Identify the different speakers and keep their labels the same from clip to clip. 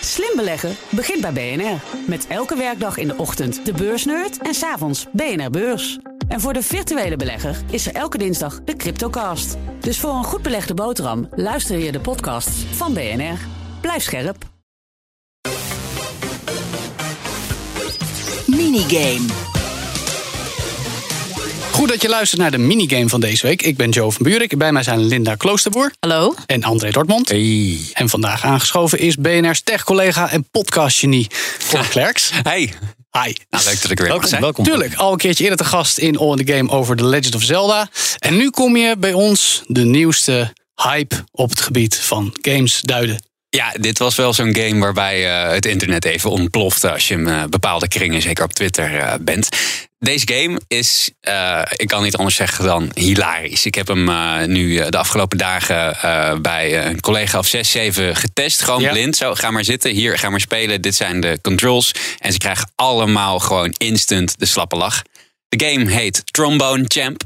Speaker 1: Slim beleggen begint bij BNR. Met elke werkdag in de ochtend de beursnerd en s'avonds BNR Beurs. En voor de virtuele belegger is er elke dinsdag de Cryptocast. Dus voor een goed belegde boterham luister je de podcast van BNR. Blijf scherp.
Speaker 2: Minigame.
Speaker 3: Goed dat je luistert naar de minigame van deze week. Ik ben Joe van Buurik. Bij mij zijn Linda Kloosterboer
Speaker 2: Hallo?
Speaker 3: en André Dortmond. En vandaag aangeschoven is BNR's tech-collega en podcastgenie Cor Klerks.
Speaker 4: Hey.
Speaker 3: Hi.
Speaker 4: Nou, leuk dat ik er weer
Speaker 3: welkom,
Speaker 4: mag zijn.
Speaker 3: Welkom. Tuurlijk, al een keertje eerder te gast in All in the Game over The Legend of Zelda. En nu kom je bij ons de nieuwste hype op het gebied van games duiden.
Speaker 4: Ja, dit was wel zo'n game waarbij eh, het internet even ontplofte als je in eh, bepaalde kringen, zeker op Twitter, eh, bent. Deze game is, eh, ik kan niet anders zeggen dan hilarisch. Ik heb hem eh, nu eh, de afgelopen dagen eh, bij eh, een collega of 6, 7 getest. Gewoon
Speaker 3: Ja.
Speaker 4: blind. Zo, ga maar zitten. Hier, ga maar spelen. Dit zijn de controls. En ze krijgen allemaal gewoon instant de slappe lach. De game heet Trombone Champ.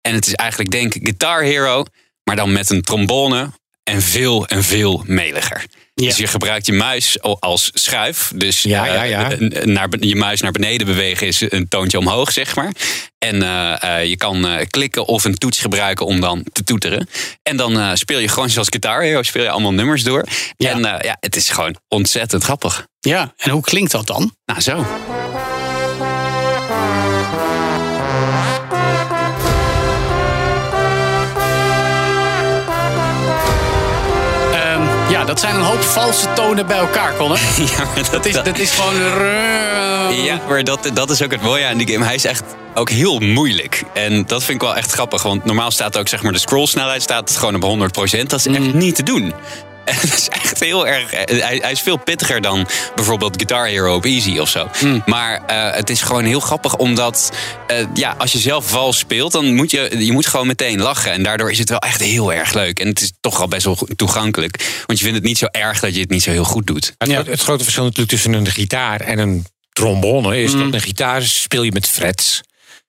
Speaker 4: En het is eigenlijk, denk ik, Guitar Hero, maar dan met een trombone en veel en veel meliger.
Speaker 3: Ja.
Speaker 4: Dus je gebruikt je muis o- als schuif. Dus
Speaker 5: Ja,
Speaker 4: eh,
Speaker 5: ja, ja.
Speaker 4: n- n- naar, be- je muis naar beneden bewegen is een toontje omhoog, zeg maar. En eh, eh, je kan eh, klikken of een toets gebruiken om dan te toeteren. En dan eh, speel je gewoon zoals Guitar Hero, speel je allemaal nummers door.
Speaker 3: Ja.
Speaker 4: En eh, ja, het is gewoon ontzettend grappig.
Speaker 3: Ja, en hoe klinkt dat dan?
Speaker 4: Nou, zo. Nou.
Speaker 3: Ehm, ja, dat zijn een hoop valse tonen bij elkaar, Connor.
Speaker 4: Ja, maar
Speaker 3: Dat is, dat is gewoon...
Speaker 4: Ja, maar dat, dat is ook het mooie aan die game. Hij is echt ook heel moeilijk. En dat vind ik wel echt grappig. Want normaal staat ook zeg maar, de scrollsnelheid staat gewoon op 100%. Dat is echt niet te doen. En dat is echt heel erg. eh, Hij, hij is veel pittiger dan bijvoorbeeld Guitar Hero op Easy of zo. Maar eh, het is gewoon heel grappig omdat. eh, ja, als je zelf vals speelt, dan moet je, je moet gewoon meteen lachen. En daardoor is het wel echt heel erg leuk. En het is toch al best wel goed- toegankelijk. Want je vindt het niet zo erg dat je het niet zo heel goed doet.
Speaker 5: Het, gro- het grote verschil natuurlijk tussen een gitaar en een trombone
Speaker 3: Mm.
Speaker 5: is dat een gitaar speel je met frets.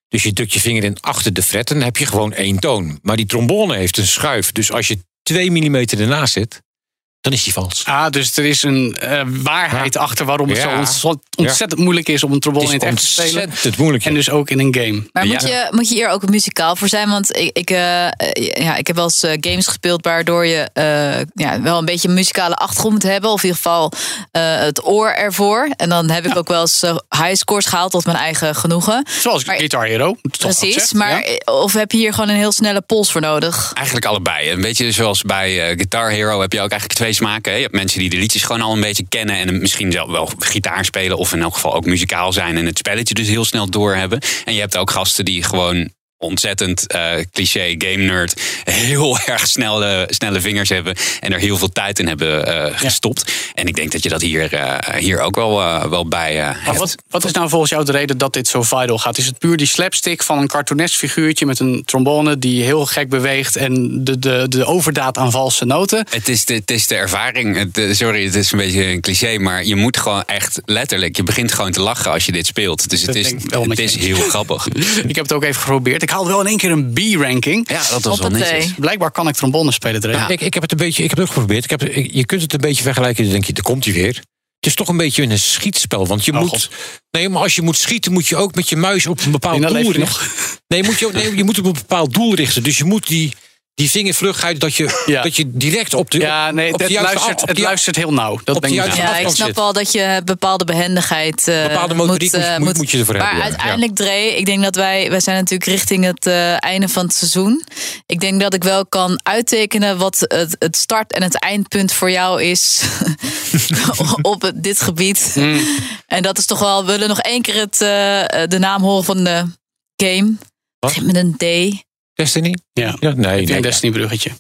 Speaker 5: Dus je drukt je vinger in achter de fret en dan heb je gewoon één toon. Maar die trombone heeft een schuif. Dus als je 2 mm ernaast zit, dan is die vals.
Speaker 3: Ah, dus er is een eh, waarheid achter waarom het
Speaker 5: Ja.
Speaker 3: zo ontzettend, ontzettend moeilijk is om een trombone in
Speaker 5: het
Speaker 3: het
Speaker 5: is
Speaker 3: echt te spelen.
Speaker 5: ontzettend moeilijk.
Speaker 3: En dus ook in een game.
Speaker 2: Maar
Speaker 4: Ja.
Speaker 2: moet, je, moet je hier ook muzikaal voor zijn? Want ik, ik, eh, eh, ja, ik heb wel eens eh, games gespeeld waardoor je eh, ja, wel een beetje een muzikale achtergrond moet hebben. Of in ieder geval eh, het oor ervoor. En dan heb ik ook wel eens eh, high scores gehaald tot mijn eigen genoegen.
Speaker 3: Zoals
Speaker 2: Maar-
Speaker 3: Guitar Hero. toch
Speaker 2: Precies,
Speaker 3: gezegd,
Speaker 2: maar
Speaker 3: ja.
Speaker 2: eh, of heb je hier gewoon een heel snelle pols voor nodig?
Speaker 4: Eigenlijk allebei. Een beetje zoals bij eh, Guitar Hero heb je ook eigenlijk twee smaken. hè. Je hebt mensen die de liedjes gewoon al een beetje kennen. En misschien zelf wel gitaar spelen. Of in elk geval ook muzikaal zijn. En het spelletje dus heel snel doorhebben. En je hebt ook gasten die gewoon ontzettend eh, cliché game nerd. Heel erg snelle, snelle vingers hebben. En er heel veel tijd in hebben eh, gestopt. En ik denk dat je dat hier, eh, hier ook wel, eh, wel bij eh,
Speaker 3: Maar
Speaker 4: hebt.
Speaker 3: wat, wat is nou volgens jou de reden dat dit zo viral gaat? Is het puur die slapstick van een cartoonesk figuurtje met een trombone die heel gek beweegt en de, de, de overdaad aan valse noten?
Speaker 4: Het is de, het is de ervaring. Het, eh, sorry, het is een beetje een cliché, maar je moet gewoon echt letterlijk. Je begint gewoon te lachen als je dit speelt. Dus het
Speaker 3: Dat
Speaker 4: is,
Speaker 3: denk ik wel met
Speaker 4: het
Speaker 3: je
Speaker 4: is
Speaker 3: eens.
Speaker 4: heel grappig.
Speaker 3: Ik heb het ook even geprobeerd. Ik haalde wel in één keer een B-ranking.
Speaker 4: Ja, dat was wel
Speaker 2: Hoppatee.
Speaker 4: netjes.
Speaker 3: Blijkbaar kan ik trombone spelen, Dre.
Speaker 5: Ik, ik heb het een beetje, ik heb het ook geprobeerd. Ik heb, ik- je kunt het een beetje vergelijken. Dan denk je, daar komt hij weer. Het is toch een beetje een schietspel. Want je
Speaker 3: Oh,
Speaker 5: moet.
Speaker 3: God.
Speaker 5: Nee, maar als je moet schieten, moet je ook met je muis op een bepaald
Speaker 3: En dan leef
Speaker 5: doel
Speaker 3: je
Speaker 5: richten. Nee, moet je, ook- nee, je moet op een bepaald doel richten. Dus je moet die, die vingervlugheid dat je,
Speaker 3: Ja.
Speaker 5: dat je direct op de.
Speaker 3: Ja, nee,
Speaker 5: op de
Speaker 3: het,
Speaker 5: juiste af-
Speaker 3: luistert,
Speaker 5: op
Speaker 3: het
Speaker 5: die-
Speaker 3: luistert heel nauw. Dat denk
Speaker 5: op die
Speaker 3: ik.
Speaker 5: juiste
Speaker 3: wel.
Speaker 2: Ja, ik
Speaker 5: afstand
Speaker 2: snap
Speaker 5: zit.
Speaker 2: wel dat je bepaalde behendigheid. eh,
Speaker 5: Bepaalde motoriek
Speaker 2: eh,
Speaker 5: moet- moet- moet je ervoor
Speaker 2: maar
Speaker 5: hebben, ja.
Speaker 2: uiteindelijk, Dre, ik denk dat wij. Wij zijn natuurlijk richting het eh, einde van het seizoen. Ik denk dat ik wel kan uittekenen wat het, het start- en het eindpunt voor jou is. op het- dit gebied.
Speaker 5: Mm.
Speaker 2: En dat is toch wel. We willen nog één keer het, eh, eh, de naam horen van de game.
Speaker 5: Wat?
Speaker 2: Begint Met een D.
Speaker 5: Destiny?
Speaker 3: Ja.
Speaker 5: Ja, nee,
Speaker 3: Ik vind
Speaker 5: nee,
Speaker 3: Destiny bruggetje.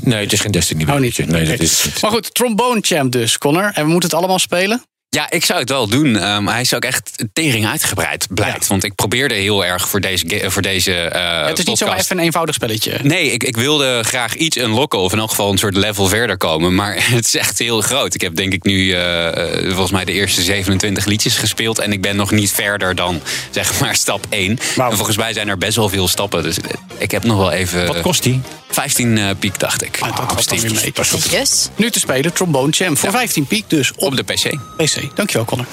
Speaker 5: nee, het is geen Destiny.
Speaker 3: Oh, niet.
Speaker 5: Nee, dat
Speaker 3: Oké.
Speaker 5: is het niet.
Speaker 3: Maar goed, trombone champ dus, Connor. En we moeten het allemaal spelen.
Speaker 4: Ja, ik zou het wel doen. Ehm, hij is ook echt tering uitgebreid, blijkt. Want ik probeerde heel erg voor deze. ge- Voor deze eh,
Speaker 3: het is niet zomaar
Speaker 4: podcast.
Speaker 3: even een eenvoudig spelletje.
Speaker 4: Nee, ik, ik wilde graag iets unlocken. Of in elk geval een soort level verder komen. Maar het is echt heel groot. Ik heb denk ik nu eh, eh, volgens mij de eerste 27 liedjes gespeeld. En ik ben nog niet verder dan zeg maar stap 1.
Speaker 3: Wauw.
Speaker 4: En volgens mij zijn er best wel veel stappen. Dus eh, ik heb nog wel even...
Speaker 5: Wat kost die?
Speaker 4: 5,99 15 eh, piek, dacht ik.
Speaker 3: Ah, dat
Speaker 4: op
Speaker 3: valt dan
Speaker 4: Steam.
Speaker 3: weer mee.
Speaker 2: Yes.
Speaker 3: Nu te spelen, Trombone Jam. Voor 15 piek dus op,
Speaker 4: Op de PC.
Speaker 3: PC. Dankjewel, Connor.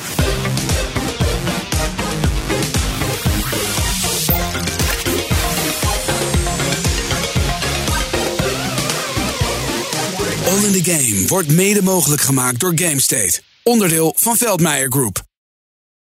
Speaker 6: All in the Game wordt mede mogelijk gemaakt door GameState. Onderdeel van Veldmeijer Group.